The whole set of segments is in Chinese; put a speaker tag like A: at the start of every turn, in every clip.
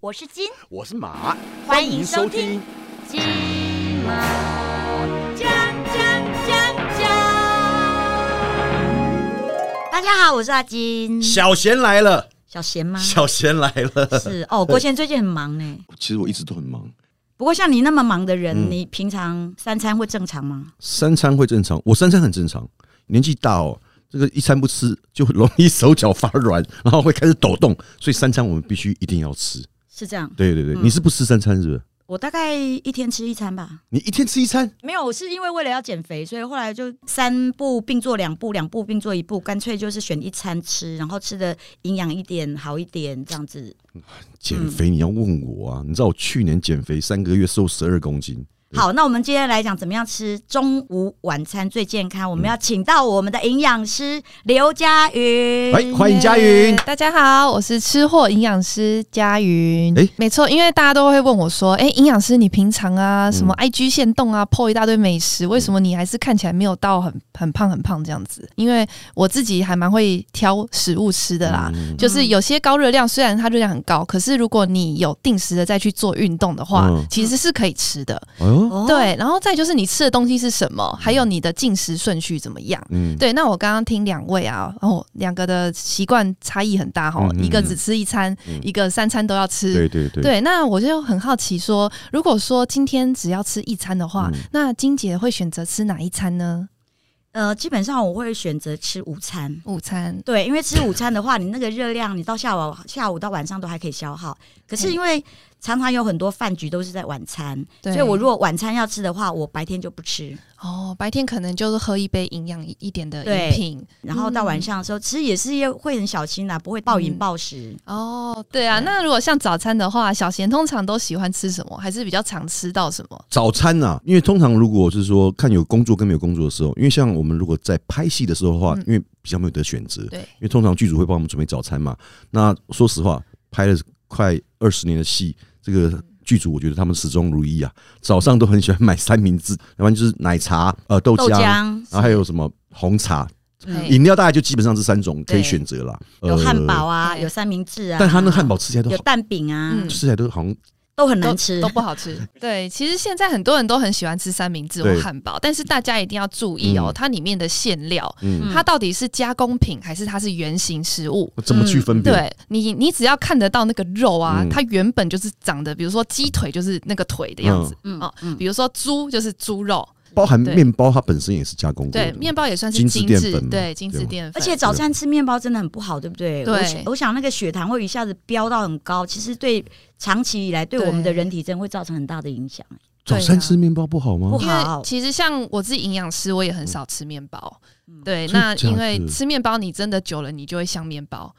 A: 我是金，
B: 我是马，
A: 欢迎收听金马讲讲讲讲。大家好，我是阿金。
B: 小贤来了，
A: 小贤吗？
B: 小贤来了，
A: 是哦，国贤最近很忙呢。
C: 其实我一直都很忙，
A: 不过像你那么忙的人，你平常三餐会正常吗？
C: 三餐会正常，我三餐很正常。年纪大哦，这个一餐不吃就容易手脚发软， 然后会开始抖动，所以三餐我们必须一定要吃。
A: 是这样，
C: 对对对，你是不吃三餐是不是？
A: 我大概一天吃一餐吧。
C: 你一天吃一餐？
A: 没有，我是因为为了要减肥，所以后来就三步并做两步，两步并做一步，干脆就是选一餐吃，然后吃的营养一点，好一点，这样子。
C: 减肥你要问我啊，你知道我去年减肥三个月瘦十二公斤，
A: 好，那我们今天来讲怎么样吃中午晚餐最健康。我们
C: 嗯
A: 要请到我们的营养师刘佳云，
C: 哎，欢迎佳云
D: 耶。大家好，我是吃货营养师佳云。
C: 哎
D: 没错，因为大家都会问我说，哎、营养师你平常啊，什么 IG 限动啊，po 一大堆美食，为什么你还是看起来没有到很很胖很胖这样子？因为我自己还蛮会挑食物吃的
C: 嗯
D: 啦，就是有些高热量，虽然它热量很高，可是如果你有定时的再去做运动的话，
C: 嗯
D: 其实是可以吃的。
C: 哎呦，
A: 哦，
D: 对，然后再就是你吃的东西是什么，还有你的进食顺序怎么样。
C: 嗯，
D: 对，那我刚刚听两位啊，哦，两个的习惯差异很大哈，
C: 嗯嗯
D: 一个只吃一餐，
C: 嗯
D: 一个三餐都要吃。
C: 对对对，
D: 对那我就很好奇说，如果说今天只要吃一餐的话，
C: 嗯
D: 那金姐会选择吃哪一餐呢？
A: 呃，基本上我会选择吃午餐。
D: 午餐。
A: 对，因为吃午餐的话，你那个热量，你到下午下午到晚上都还可以消耗。可是因为常常有很多饭局都是在晚餐，
D: 对
A: 所以我如果晚餐要吃的话，我白天就不吃，
D: 哦，白天可能就是喝一杯营养一点的
A: 对
D: 饮品。
A: 然后
C: 嗯
A: 到晚上的时候，其实也是也会很小心啦、不会暴饮暴食。
D: 哦，对啊，那如果像早餐的话，小贤通常都喜欢吃什么？还是比较常吃到什么？
C: 早餐呐、因为通常如果是说看有工作跟没有工作的时候，因为像我们如果在拍戏的时候的话，
D: 嗯
C: 因为比较没有得选择，
D: 对
C: 因为通常剧组会帮我们准备早餐嘛。那说实话，拍了快二十年的戏，这个剧组我觉得他们始终如一啊，早上都很喜欢买三明治，要不然就是奶茶、呃豆
A: 豆
C: 浆，然
A: 浆、
C: 后还有什么红茶、
A: 嗯
D: 嘿
C: 饮料，大概就基本上这三种可以
A: 对
C: 选择啦。
A: 有汉堡
C: 呃，
A: 啊，
D: 对
A: 有三明治啊，
C: 但他那汉堡吃起来都
A: 有
C: 好，
A: 蛋饼啊，
D: 嗯
C: 吃起来都好像
A: 都很
D: 都
A: 难吃
D: 都。不好吃。 对，其实现在很多人都很喜欢吃三明治
C: 对
D: 或汉堡，但是大家一定要注意哦，
C: 嗯
D: 它里面的馅料，
C: 嗯，
D: 它到底是加工品还是它是原型食物？
C: 怎么去分辨？
D: 对你，你只要看得到那个肉啊，
C: 嗯
D: 它原本就是长得，比如说鸡腿就是那个腿的样子，
A: 嗯
D: 哦
A: 嗯
D: 比如说猪就是猪肉，
C: 包含
D: 对
C: 面包，它本身也是加工过
D: 对，
C: 的。
D: 面包也算是
C: 精致
D: 精
C: 淀
D: 致，
C: 粉嘛
D: 对，精致
C: 对吧
D: 淀粉，
A: 而且早餐吃面包真的很不好，对不对？
D: 对
A: 我想我想那个血糖会一下子飙到很高，其实对长期以来对
D: 对
A: 我们的人体真的会造成很大的影 响。
C: 早
D: 对啊
C: 餐吃面包不好吗？
A: 不
D: 因
A: 好
D: 为其实像我自己营养师，我也很少吃面包。对，
C: 嗯真的
D: 那
C: 假
D: 因为
C: 的
D: 吃面包，你真的久了，你就会像面包。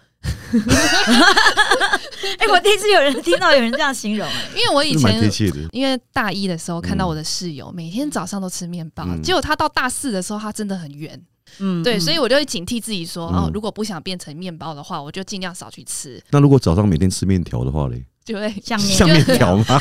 A: 哎、我第一次有人听到有人这样形容、哎
D: 因为我以
C: 是蛮
D: 前
C: 贴切 的。
D: 因为大一的时候看到我的室友、每天早上都吃面包，
C: 嗯
D: 结果他到大四的时候他真的很圆，
A: 嗯
D: 对，
A: 嗯
D: 所以我就会警惕自己说，哦
C: 嗯，
D: 如果不想变成面包的话，我就尽量少去吃，
C: 那如果早上每天吃面条的话嘞，
D: 就 会
A: 像面
C: 像面条吗？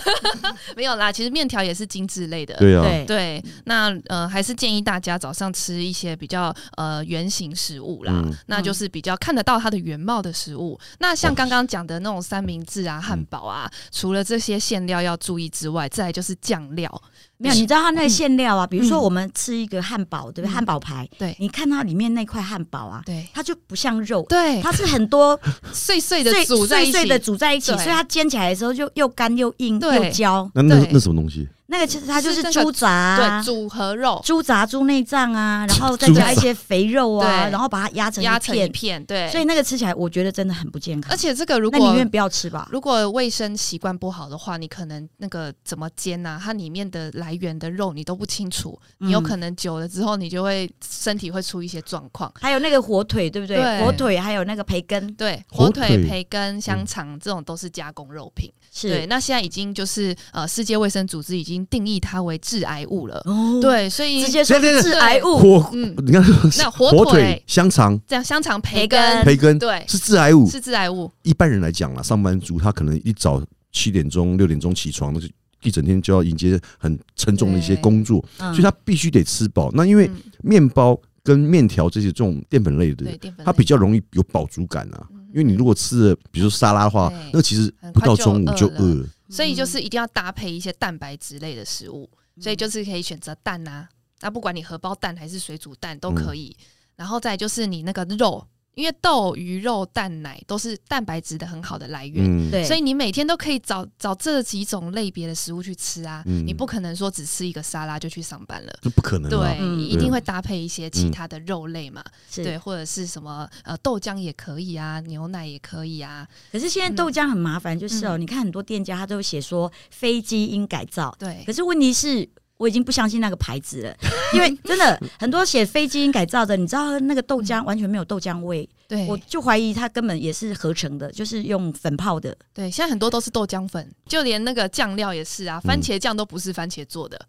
D: 没有啦。其实面条也是精致类的，
C: 对啊，
A: 对
D: 对，那呃，还是建议大家早上吃一些比较呃圆形食物啦，
C: 嗯哦
D: 那就是比较看得到它的原貌的食物。那像刚刚讲的那种三明治
C: 嗯
D: 啊、汉堡啊，除了这些馅料要注意之外，再来就是酱料，
C: 嗯
A: 没有，你知道它那个馅料啊，比如说
D: 嗯
A: 我们吃一个汉堡，对不对？
D: 嗯
A: 汉堡排，
D: 对
A: 你看它里面那块汉堡啊，
D: 对
A: 它就不像肉，
D: 对，
A: 它是很多
D: 碎碎的
A: 碎
D: 煮在一
A: 碎
D: 起，
A: 碎的煮在一起，
D: 对
A: 所以它煎起来的时候就又干又硬
D: 对
A: 又焦。
C: 那那
D: 对
C: 那什么东西？
A: 那个其实它就是
D: 是那个
A: 猪杂啊、
D: 对组合肉
A: 猪杂、猪内脏 啊，然后再
C: 猪
A: 加一
C: 杂
A: 些肥肉啊，
D: 对
A: 然后把它压成
D: 压
A: 一
D: 成一
A: 片，
D: 片，对。
A: 所以那个吃起来我觉得真的很不健康。
D: 而且这个如
A: 那宁
D: 果
A: 愿不要吃吧。
D: 如果卫生习惯不好的话，你可能那个怎么煎呐、它里面的来源的肉你都不清楚，你有
A: 嗯
D: 可能久了之后，你就会身体会出一些状况。
A: 还有那个火腿，对不对？
D: 对
A: 火腿还有那个培根，
D: 对，
C: 火
D: 火
C: 腿嗯
D: 腿、培根、香肠这种都是加工肉品。对，
A: 是
D: 那现在已经就是呃，世界卫生组织已经定义它为致癌物了。
A: 哦，
D: 对，所以
A: 直接说
C: 对对对
A: 致癌物，
C: 火，
D: 嗯，
C: 你看
D: 那火
C: 火腿
D: 腿、
C: 香肠、
D: 这样香肠、
A: 培
D: 培根，
C: 培根
D: 对，
C: 是致癌物。
D: 是致癌物。
C: 一般人来讲啦，上班族他可能一早七点钟、六点钟起床，那就一整天就要迎接很沉重的一些
D: 对
C: 工作，
A: 嗯
C: 所以他必须得吃饱。那因为
D: 嗯
C: 面包跟面条这些这种淀粉类的
D: 对，，淀粉
C: 它
D: 类嗯
C: 比较容易有饱足感啊。因为你如果吃了比如说沙拉的话
D: 对，
C: 那其实
D: 很
C: 不
D: 快
C: 到
D: 就
C: 中午
D: 饿
C: 就
D: 了
C: 饿了。
D: 所以就是一定要搭配一些蛋白质类的食物，
A: 嗯
D: 所以就是可以选择蛋啊，那不管你荷包蛋还是水煮蛋都
C: 嗯
D: 可以。然后再来就是你那个肉，因为豆、鱼肉、蛋奶都是蛋白质的很好的来源。
C: 嗯，
A: 对，
D: 所以你每天都可以找找这几种类别的食物去吃啊，
C: 嗯
D: 你不可能说只吃一个沙拉就去上班了，
C: 这不可能啊嗯
D: 对，。
A: 嗯
D: 你一定会搭配一些其他的肉类嘛，
A: 是
D: 对，或者是什么呃豆浆也可以啊，牛奶也可以啊，
A: 可是现在豆浆很麻烦，就是哦，
D: 嗯
A: 你看很多店家他都会写说非基因改造，
D: 对
A: 可，是问题是。我已经不相信那个牌子了，因为真 的很多写非基因改造的，你知道那个豆
D: 嗯
A: 浆完全没有豆浆味，
D: 对，
A: 我就怀疑它根本也是合成的，就是用粉泡的。
D: 对，现在很多都是豆浆粉，就连那个酱料也是啊，番茄酱都不是番茄做的，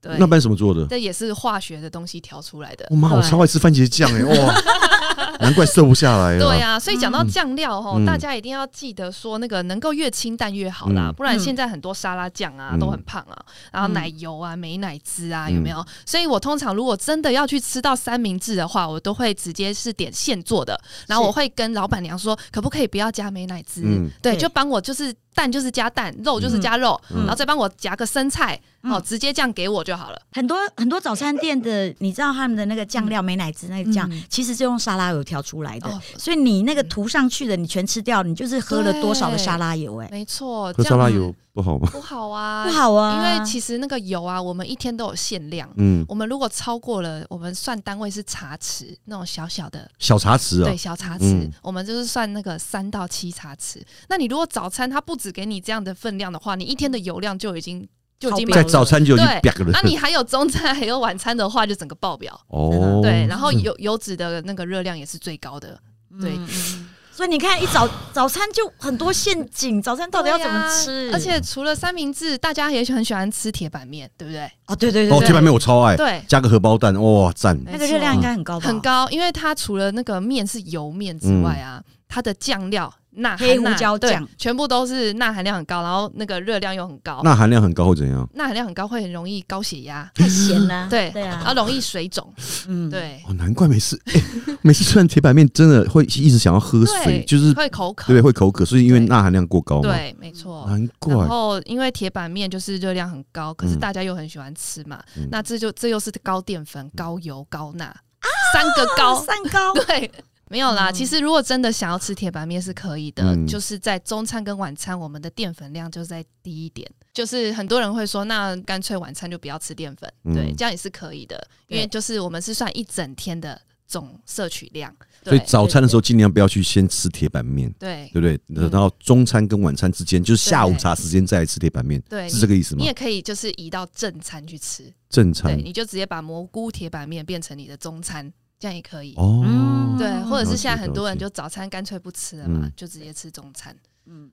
D: 对，
C: 那般什么做的？
D: 这也是化学的东西调出来的。
C: 我妈，我超爱吃番茄酱哎，哇， 难怪瘦不下来啊了。
D: 对啊呀、所以讲到酱料哈、
C: 嗯
D: 大家一定要记得说，那个能够越清淡越好啦，
C: 嗯
D: 不然现在很多沙拉酱啊、
C: 嗯
D: 都很胖啊，然后
A: 嗯
D: 奶油啊、美奶滋啊，
C: 嗯
D: 有没有？所以我通常如果真的要去吃到三明治的话，我都会直接是点现做的，然后我会跟老板娘说，可不可以不要加美奶滋？
C: 嗯
D: 对，
A: 对
D: 就帮我就是蛋就是加蛋，肉就是加肉，
C: 嗯
D: 然后再帮我夹个生菜，
A: 嗯
D: 哦，直接这样给我就好了。
A: 很多很多早餐店的，你知道他们的那个酱料美乃滋那个酱
D: 嗯，
A: 其实是用沙拉油调出来的
D: 哦，
A: 所以你那个涂上去的，你全吃掉，你就是喝了多少的沙拉油，哎，
D: 没错，
C: 喝
D: 这
C: 沙
D: 样
C: 拉油不好吗？
D: 不好啊，
A: 不好啊，
D: 因为其实那个油啊，我们一天都有限量。
C: 嗯，
D: 我们如果超过了，我们算单位是茶匙，那种小小的，
C: 小茶匙啊
D: 对，，小茶匙，
C: 嗯
D: 我们就是算那个三到七茶匙。那你如果早餐它不止给你这样的分量的话，你一天的油量就已经就已经
A: 超
C: 在
A: 标
D: 满了。
C: 早餐就已经
D: 对啊
C: 啪了
D: 那。你还有中餐还有晚餐的话，就整个爆表。
C: 哦，
D: 对，然后油油脂的那个热量也是最高的。对，
A: 嗯所以你看一早早餐就很多陷阱，早餐到底要怎么
D: 对
A: 吃？
D: 啊而且除了三明治，大家也很喜欢吃铁板面，对不对？
A: 哦，对对对
C: 哦，
A: 对
C: 铁板面我超爱，
D: 对，
C: 加个荷包蛋，哇，赞！
A: 那个热量应该很高吧？
D: 很。高，因为它除了那个面是油面之外啊，
C: 嗯
D: 它的酱料钠含
A: 黑胡
D: 钠
A: 椒
D: 对
A: 酱
D: 全部都是钠含量很高，然后那个热量又很高，
C: 钠含量很高会怎样？
D: 钠含量很高会很容易高血压，
A: 太咸了，
D: 对
A: 对
D: 然
A: 啊
D: 后，容易水肿，
A: 嗯，
D: 嗯对。
C: 哦，难怪每 次、哎，每次吃完铁板面，真的会一直想要喝水，
D: 对，
C: 就是
D: 会口渴，
C: 对会口渴，所以因为
D: 对
C: 钠含量过高嘛。嗯
D: 对，没错。
C: 难怪
D: 然后因为铁板面就是热量很高，可是大家又很喜欢吃嘛，
C: 嗯
D: 那这就这又是高淀粉、高油、高
A: 啊
D: 钠，三个高，
A: 哦三 高
D: 对，没有啦。
A: 嗯
D: 其实如果真的想要吃铁板面是可以的，
C: 嗯
D: 就是在中餐跟晚餐，我们的淀粉量就再低一点。就是很多人会说，那干脆晚餐就不要吃淀粉，
C: 嗯
D: 对，这样也是可以的，因为
A: 对
D: 就是我们是算一整天的总摄取量，
C: 所
D: 对
C: 以早餐的时候尽量不要去先吃铁板面，
D: 对
C: 对不对？
D: 嗯
C: 然后中餐跟晚餐之间，就是下午茶时间再来吃铁板面，
D: 对，
C: 是这个意思
D: 你
C: 吗
D: 也？可以就是移到正餐去吃，
C: 正
D: 对，
C: 餐
D: 你就直接把蘑菇铁板面变成你的中餐，这样也可以。
C: 哦，
A: 嗯
D: 对，或
C: 了
D: 者是
C: 解
D: 现在很多人
C: 了解
D: 就早餐干脆不吃了嘛，
C: 嗯
D: 就直接吃中餐。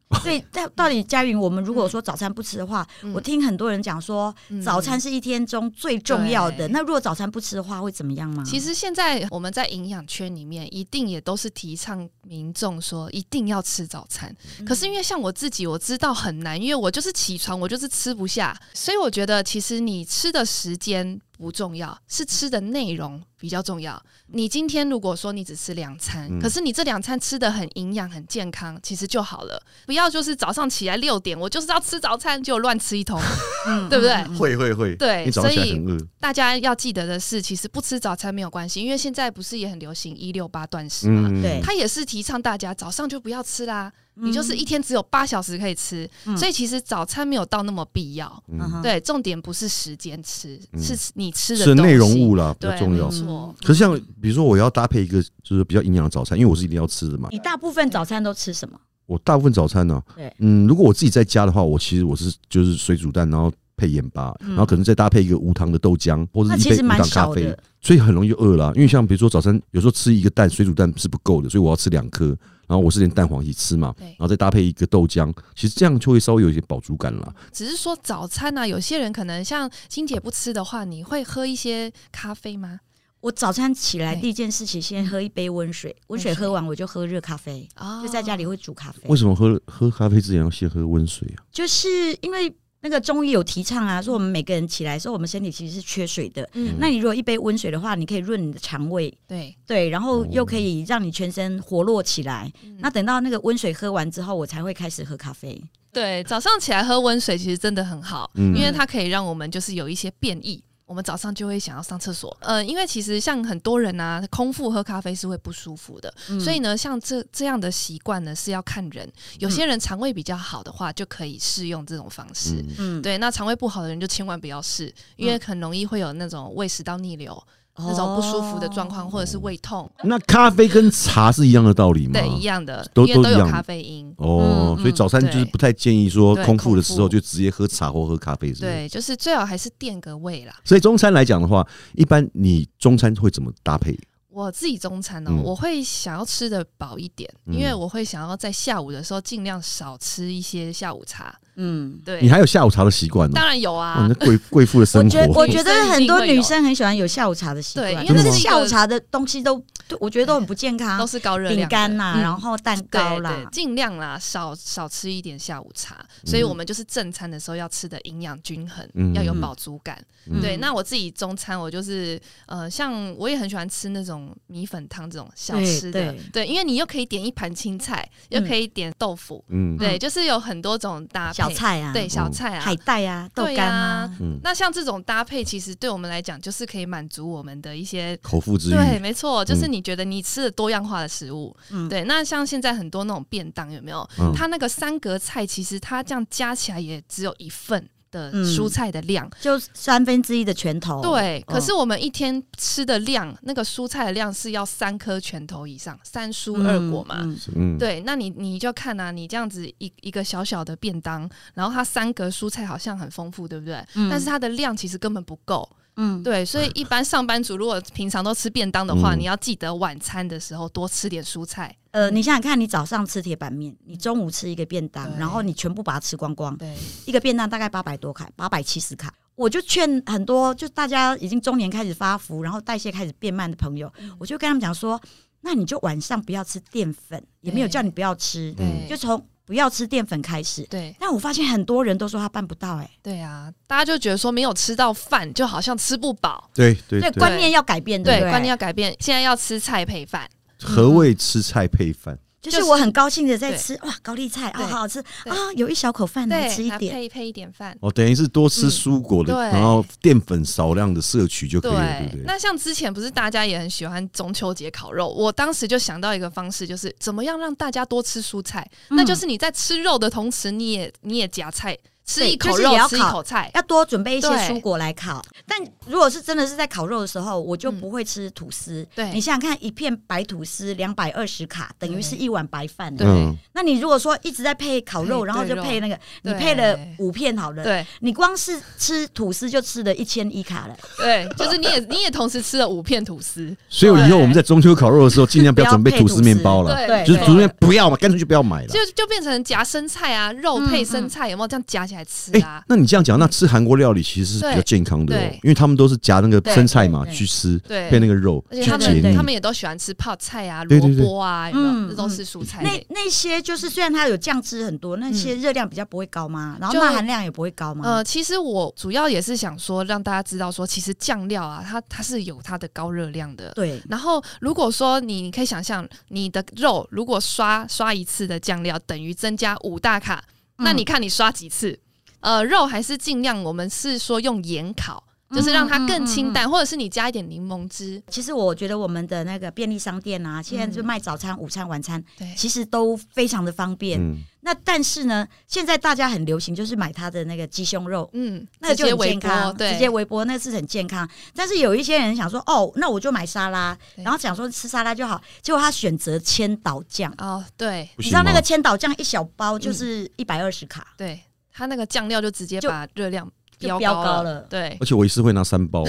A: 所以到到底佳云，我们如果说早餐不吃的话，
D: 嗯
A: 我听很多人讲说，
D: 嗯
A: 早餐是一天中最重要的。
D: 对
A: 那如果早餐不吃的话，会怎么样
C: 嗯
A: 吗？
D: 其实现在我们在营养圈里面，一定也都是提倡民众说一定要吃早餐。
C: 嗯
D: 可是因为像我自己，我知道很难，因为我就是起床，我就是吃不下，所以我觉得其实你吃的时间不重要，是吃的内容比较重要。你今天如果说你只吃两餐，
C: 嗯
D: 可是你这两餐吃的很营养、很健康，其实就好了。不要就是早上起来六点，我就是要吃早餐，就乱吃一通，
A: 嗯
D: 对不对？
C: 会会会，
D: 对
C: 你早上起来
D: 所以
C: 很饿，
D: 大家要记得的是，其实不吃早餐没有关系，因为现在不是也很流行一六八断食嘛，
C: 嗯，
A: 对
D: 它也是提倡大家早上就不要吃啦，
A: 嗯
D: 你就是一天只有八小时可以吃，
A: 嗯
D: 所以其实早餐没有到那么必要。
C: 嗯
A: 嗯哼
D: 对，重点不是时间吃，
C: 嗯
D: 是你吃的
C: 吃
D: 东西
C: 内容物，啦，比较
D: 对，
C: 重
D: 没
C: 要。
D: 错。
A: 嗯
C: 可是像比如说我要搭配一个就是比较营养的早餐，因为我是一定要吃
D: 嗯
C: 的嘛。
A: 你大部分早餐都吃什么？
C: 我大部分早餐呢、
A: 对
C: 嗯，如果我自己在家的话，我其实我是就是水煮蛋，然后配盐巴，
A: 嗯
C: 然后可能再搭配一个无糖的豆浆或者
A: 那
C: 一
A: 其
C: 杯
A: 实
C: 无
A: 蛮
C: 糖咖
A: 少
C: 啡
A: 的，，
C: 所以很容易就饿了啊、因为像比如说早餐有时候吃一个蛋，水煮蛋是不够的，所以我要吃两颗，然后我是连蛋黄一起吃嘛，
D: 对
C: 然后再搭配一个豆浆，其实这样就会稍微有一些饱足感啦。
D: 只是说早餐呢、啊，有些人可能像金姐不吃的话，你会喝一些咖啡吗？
A: 我早餐起来
D: 对
A: 第一件事情，先喝一杯温水，温水
D: 温水
A: 喝完我就喝热咖啡，
D: 啊
A: 就在家里会煮咖啡
C: 为。什么喝喝咖啡之前要先喝温水啊？
A: 就是因为那个中医有提倡啊，说我们每个人起来的时候，我们身体其实是缺水的。
D: 嗯，
A: 那你如果一杯温水的话，你可以润你的肠胃，
D: 对，
A: 对，然后又
C: 哦
A: 可以让你全身活络起来。
D: 嗯
A: 那等到那个温水喝完之后，我才会开始喝咖啡。
D: 对，早上起来喝温水其实真的很好，
C: 嗯
D: 因为它可以让我们就是有一些变异。我们早上就会想要上厕所，呃，因为其实像很多人啊，空腹喝咖啡是会不舒服的，
A: 嗯
D: 所以呢，像这这样的习惯呢是要看人，有些人肠胃比较好的话，就可以适用这种方式。
C: 嗯，
A: 嗯，
D: 对，那肠胃不好的人就千万不要试，因为很容易会有那种胃食道逆流、
C: 哦
D: 那种不舒服的状
A: 哦
D: 况，或者是胃痛，
C: 那咖啡跟茶是一样的道理吗？
D: 对，一样的，
C: 嗯都
D: 因为
C: 都
D: 都
C: 一
D: 有
C: 样
D: 咖啡因。
C: 哦，
A: 嗯
C: 所以早餐
D: 嗯
C: 就是
D: 对
C: 不太建议说
D: 对
C: 空腹的时候
D: 空腹
C: 就直接喝茶或喝咖啡，是不是？
D: 对，就是最好还是垫个胃啦。
C: 所以中餐来讲的话，一般你中餐会怎么搭配？
D: 我自己中餐呢、
C: 嗯
D: 我会想要吃的饱一点，
C: 嗯
D: 因为我会想要在下午的时候尽量少吃一些下午茶。
A: 嗯，
D: 对，
C: 你还有下午茶的习惯呢
D: 当？然有啊，
C: 哇，你那贵贵妇的
A: 我
C: 生
A: 觉得
C: 活
A: 我觉得很多女生很喜欢有下午茶的习惯，
D: 对因为
A: 因为
C: 真
A: 这
C: 的吗
A: 下午茶的东西都，对我觉得都很不健
D: 都
A: 康，
D: 是高热量的，
A: 饼干啦，
D: 嗯
A: 然后蛋糕
D: 对对，
A: 啦，
D: 尽量啦，少少吃一点下午茶，所以我们就是正餐的时候要吃的营养均衡，
C: 嗯
D: 要有饱足感。
C: 嗯
D: 对，那我自己中餐我就是呃，像我也很喜欢吃那种米粉汤这种小
A: 对
D: 吃的，
A: 对
D: 对，因为你又可以点一盘青菜，又
A: 嗯
D: 可以点豆腐，
C: 嗯
D: 对，就是有很多种搭配，
A: 小菜啊，
D: 对
C: 哦
D: 小菜啊，
A: 海带啊，豆
D: 对
A: 干
D: 啊
A: 啊，
C: 嗯，
D: 那像这种搭配，其实对我们来讲，就是可以满足我们的一些。
C: 口腹之
D: 对，
C: 欲，嗯
D: 没错，就是你觉得你吃的多样化的食物，
A: 嗯
D: 对。那像现在很多那种便当，有没有？
C: 嗯
D: 它那个三格菜，其实它这样加起来也只有一份的
A: 嗯
D: 蔬菜的量。
A: 就三分之一的拳头。
D: 对，
C: 哦
A: 嗯
D: 可是我们一天吃的量，那个蔬菜的量是要三颗拳头以上，三蔬
A: 嗯
D: 二果嘛。
A: 嗯
C: 嗯，
D: 对，那你你就看啊，你这样子一一个小小的便当，然后它三格蔬菜好像很丰富，对不对？
A: 嗯
D: 但是它的量其实根本不够。
A: 嗯，
D: 对，所以一般上班族如果平常都吃便当的话，
C: 哎嗯
D: 你要记得晚餐的时候多吃点蔬菜。
A: 呃，你想想看，你早上吃铁板面，你中午吃一个便当，
D: 对
A: 然后你全部把它吃光光，
D: 对，
C: 嗯
A: 一个便当大概八百多卡，八百七十卡。我就劝很多就大家已经中年开始发福，然后代谢开始变慢的朋友，我就跟他们讲说，那你就晚上不要吃淀粉，也没有叫你不要吃，
D: 对，
A: 就从不要吃淀粉开始。
D: 对
A: 但我发现很多人都说他办不到、欸，
D: 对啊，大家就觉得说没有吃到饭，就好像吃不饱。
C: 对对
A: 所以
C: 对，
A: 观念要改变，
D: 对，
A: 不
D: 观念要改变，现在要吃菜配饭。
C: 何谓吃菜配饭？
A: 就是我很高兴的在吃，哇，高丽菜啊，好好吃啊，有一小口饭来
D: 对，
A: 吃一
D: 那
A: 点，
D: 配配一点饭。
C: 哦，等于是多吃蔬果的，
D: 嗯对
C: 然后淀粉少量的摄取就可以了，对
D: 对
C: 不，对？
D: 那像之前不是大家也很喜欢中秋节烤肉，我当时就想到一个方式，就是怎么样让大家多吃蔬菜，
A: 嗯
D: 那就是你在吃肉的同时，你也你也夹菜，吃
A: 对
D: 一
A: 就
D: 口
A: 是
D: 肉
A: 也要，
D: 吃一
A: 烤
D: 口菜，
A: 要多准备一些
D: 对嗯
A: 蔬果来烤。但如果是真的是在烤肉的时候，我就不会吃吐司。
D: 对
A: 你想想看，一片白吐司两百二十卡，等于是一碗白饭。
D: 对
C: 嗯，
A: 那你如果说一直在配烤肉，
D: 配
A: 然后就
D: 对肉
A: 配那个，你
D: 对
A: 配了五片好了，
D: 对。
A: 你光是吃吐司就吃了一千一卡了。
D: 对，就是你也你也同时吃了五片 吐司，
C: 所以以后我们在中秋烤肉的时候，尽量不要准备吐司面包了，
D: 对，
A: 对
C: 就是
D: 对
C: 吐司面不要嘛，干脆就不要买了。
D: 就就变成夹生菜啊，肉配生
A: 嗯
D: 菜，有没有这样夹起来吃
C: 哎、
D: 啊？
C: 那你这样讲，那吃韩国料理其实是比较
D: 对
C: 健康的、哦
D: 对，
C: 因为他们都是夹那个
A: 对
C: 生菜嘛
A: 对对
C: 去吃，
D: 对
C: 配那个肉
D: 而
C: 去
D: 且他
C: 解
D: 们
C: 腻
D: 他。们也都喜欢吃泡菜啊、
C: 对
D: 萝
C: 对对
D: 卜啊，有没有？
A: 嗯
D: 这都是蔬菜
A: 那
D: 类。
A: 那些就是虽然它有酱汁很多，那些热量比较不会高吗？然后
D: 嗯就
A: 钠含量也不会高
C: 嗯
A: 吗？
D: 呃，其实我主要也是想说，让大家知道说，其实酱料啊，它它是有它的高热量的。
A: 对，
D: 然后，如果说你你可以想象，你的肉如果刷刷一次的酱料等于增加五大卡，那
A: 嗯
D: 你看你刷几次？呃，肉还是尽量，我们是说用盐烤，
A: 嗯
D: 就是让它更清淡，或者是你加一点柠檬汁。
A: 其实我觉得我们的那个便利商店啊，现在就
D: 嗯
A: 卖早餐、午餐、晚餐，
D: 对
A: 其实都非常的方便。
C: 嗯，
A: 那但是呢，现在大家很流行就是买它的那个鸡胸肉。
D: 嗯，
A: 那个就
D: 直接
A: 很
D: 微
A: 健
D: 波
A: 康，
D: 对，
A: 直接微波，那是很健康。但是有一些人想说，哦，那我就买沙拉，
D: 对
A: 然后想说吃沙拉就好，结果他选择千岛酱，
D: 哦，对
C: 不
A: 你知
C: 行
A: 道那
C: 吗
A: 个千岛酱一小包
D: 嗯
A: 就是一百二十卡，
D: 对，它那个酱料就直接
A: 就
D: 把热量
A: 就
D: 飙
A: 飙高
D: 了
A: 了，
D: 对
C: 而。且我一次会拿三 包，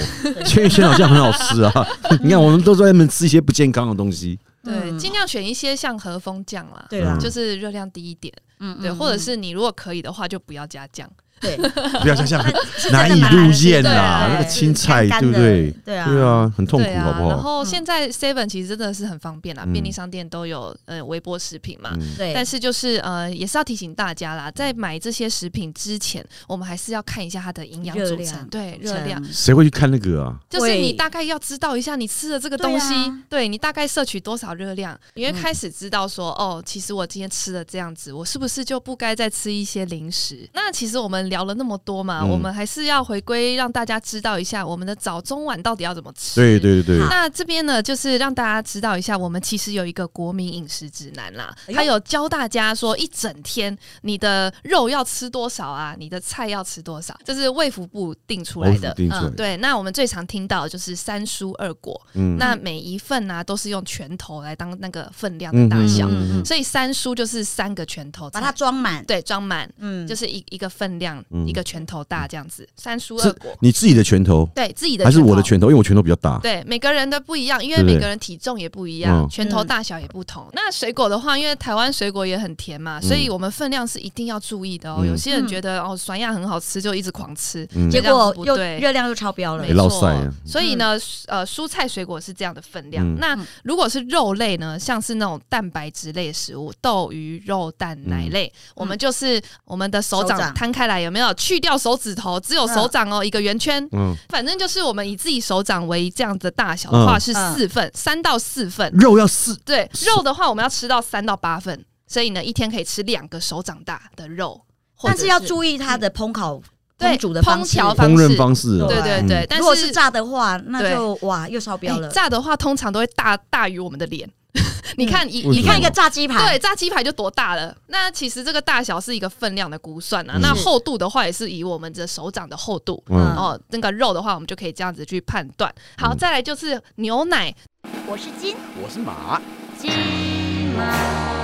C: 千羽千岛酱很好吃啊！ 你看，我们都在外面吃一些不健康的东西，
D: 对，
A: 嗯
D: 尽量选一些像和风酱啦，
A: 对啦，
C: 嗯
D: 就是热量低一点，
A: 嗯
D: 对，或者是你如果可以的话，就不要加酱，
A: 对，
C: 不要想象 很
A: 是真的
C: 难以
A: 蛮
C: 入
A: 的是
C: 宴
A: 对
C: 呐，
D: 对
C: 啊那个
A: 是
C: 青菜
A: 干
C: 对不
A: 干
C: 对
A: 的？对啊，
C: 对啊，很痛苦
D: 对啊
C: 好不
D: 然
C: 好？
D: 后
A: 嗯
D: 现在 Seven 其实真的是很方便啦，
C: 嗯
D: 便利商店都有呃微波食品嘛。
C: 嗯，
A: 对，嗯
D: 但是就是呃，也是要提醒大家啦，在买这些食品之前，我们还是要看一下它的营养
A: 热
D: 组
A: 量
D: 成，对热量，
C: 谁会去看那个啊？
D: 就是
A: 会
D: 你大概要知道一下你吃的这个
A: 对啊嗯
D: 东西，对你大概摄取多少热量，你会开始知道说，哦，其实我今天吃了这样子，我是不是就不该再吃一些零食？那其实我们聊了那么多嘛，
C: 嗯
D: 我们还是要回归让大家知道一下我们的早中晚到底要怎么吃。
C: 对对对对
A: 好，
D: 那这边呢，就是让大家知道一下，我们其实有一个国民饮食指南啦，
A: 哎呦
D: 它有教大家说一整天你的肉要吃多少啊，你的菜要吃多少，这是卫福部定出来
C: 卫
D: 的嗯
C: 福。定出来的
D: 对。那我们最常听到的就是三蔬二果，
C: 嗯
D: 那每一份呢、都是用拳头来当那个分量的大小，
A: 嗯嗯嗯
D: 所以三蔬就是三个拳头，
A: 把它装满，
D: 对装满，
A: 嗯，
D: 就是一一个分量，
C: 嗯
D: 一个拳头大这样子。三蔬
C: 是
D: 二果，
C: 你自己的拳头
D: 对自己的
C: 还是我的
D: 头
C: 拳头？因为我拳头比较大。
D: 对，每个人的不一样，因为
C: 对不对
D: 每个人体重也不一样，
C: 嗯
D: 拳头大小也不同。那水果的话，因为台湾水果也很甜嘛，所以我们分量是一定要注意的哦。
C: 嗯
D: 有些人觉得哦酸亚很好吃，就一直狂吃，
C: 嗯
A: 结
D: 这样
A: 果
D: 子不
A: 又
D: 对
A: 热量又超标了
D: 没，
C: 落
D: 错
C: 塞啊
D: 所以呢，呃，蔬菜水果是这样的分量。
C: 嗯
D: 那如果是肉类呢，像是那种蛋白质类食物，豆、鱼、肉、蛋、奶类，
C: 嗯
D: 我们就是我们的手
A: 手
D: 掌
A: 掌
D: 摊开来，有没有去掉手指头，只有手掌哦，一个圆圈。
C: 嗯，
D: 反正就是我们以自己手掌为这样的大小的话，
C: 嗯
D: 是四份，三到四份。
C: 肉要四
D: 对肉的话，我们要吃到三到八份，所以呢，一天可以吃两个手掌大的肉。
A: 但
D: 是
A: 是要注意它的烹烤、
D: 对
A: 烹煮的方
D: 烹
A: 式。
D: 调方
C: 烹
D: 式
C: 饪方式啊，
D: 对对对，
C: 嗯
D: 但
A: 如果是炸的话，那
D: 对
A: 就哇又超标
D: 哎
A: 了。
D: 炸的话，通常都会大大于我们的脸。 你看，一
C: 嗯为什么
A: 你看一个炸鸡
D: 对
A: 排，
D: 炸鸡排就多大了？那其实这个大小是一个分量的估算啊。
C: 嗯
D: 那厚度的话，也是以我们的手掌的厚度。
A: 嗯
D: 哦，那个肉的话，我们就可以这样子去判断。好，
C: 嗯
D: 再来就是牛奶，
A: 我是金
B: 我是马。
A: 金马。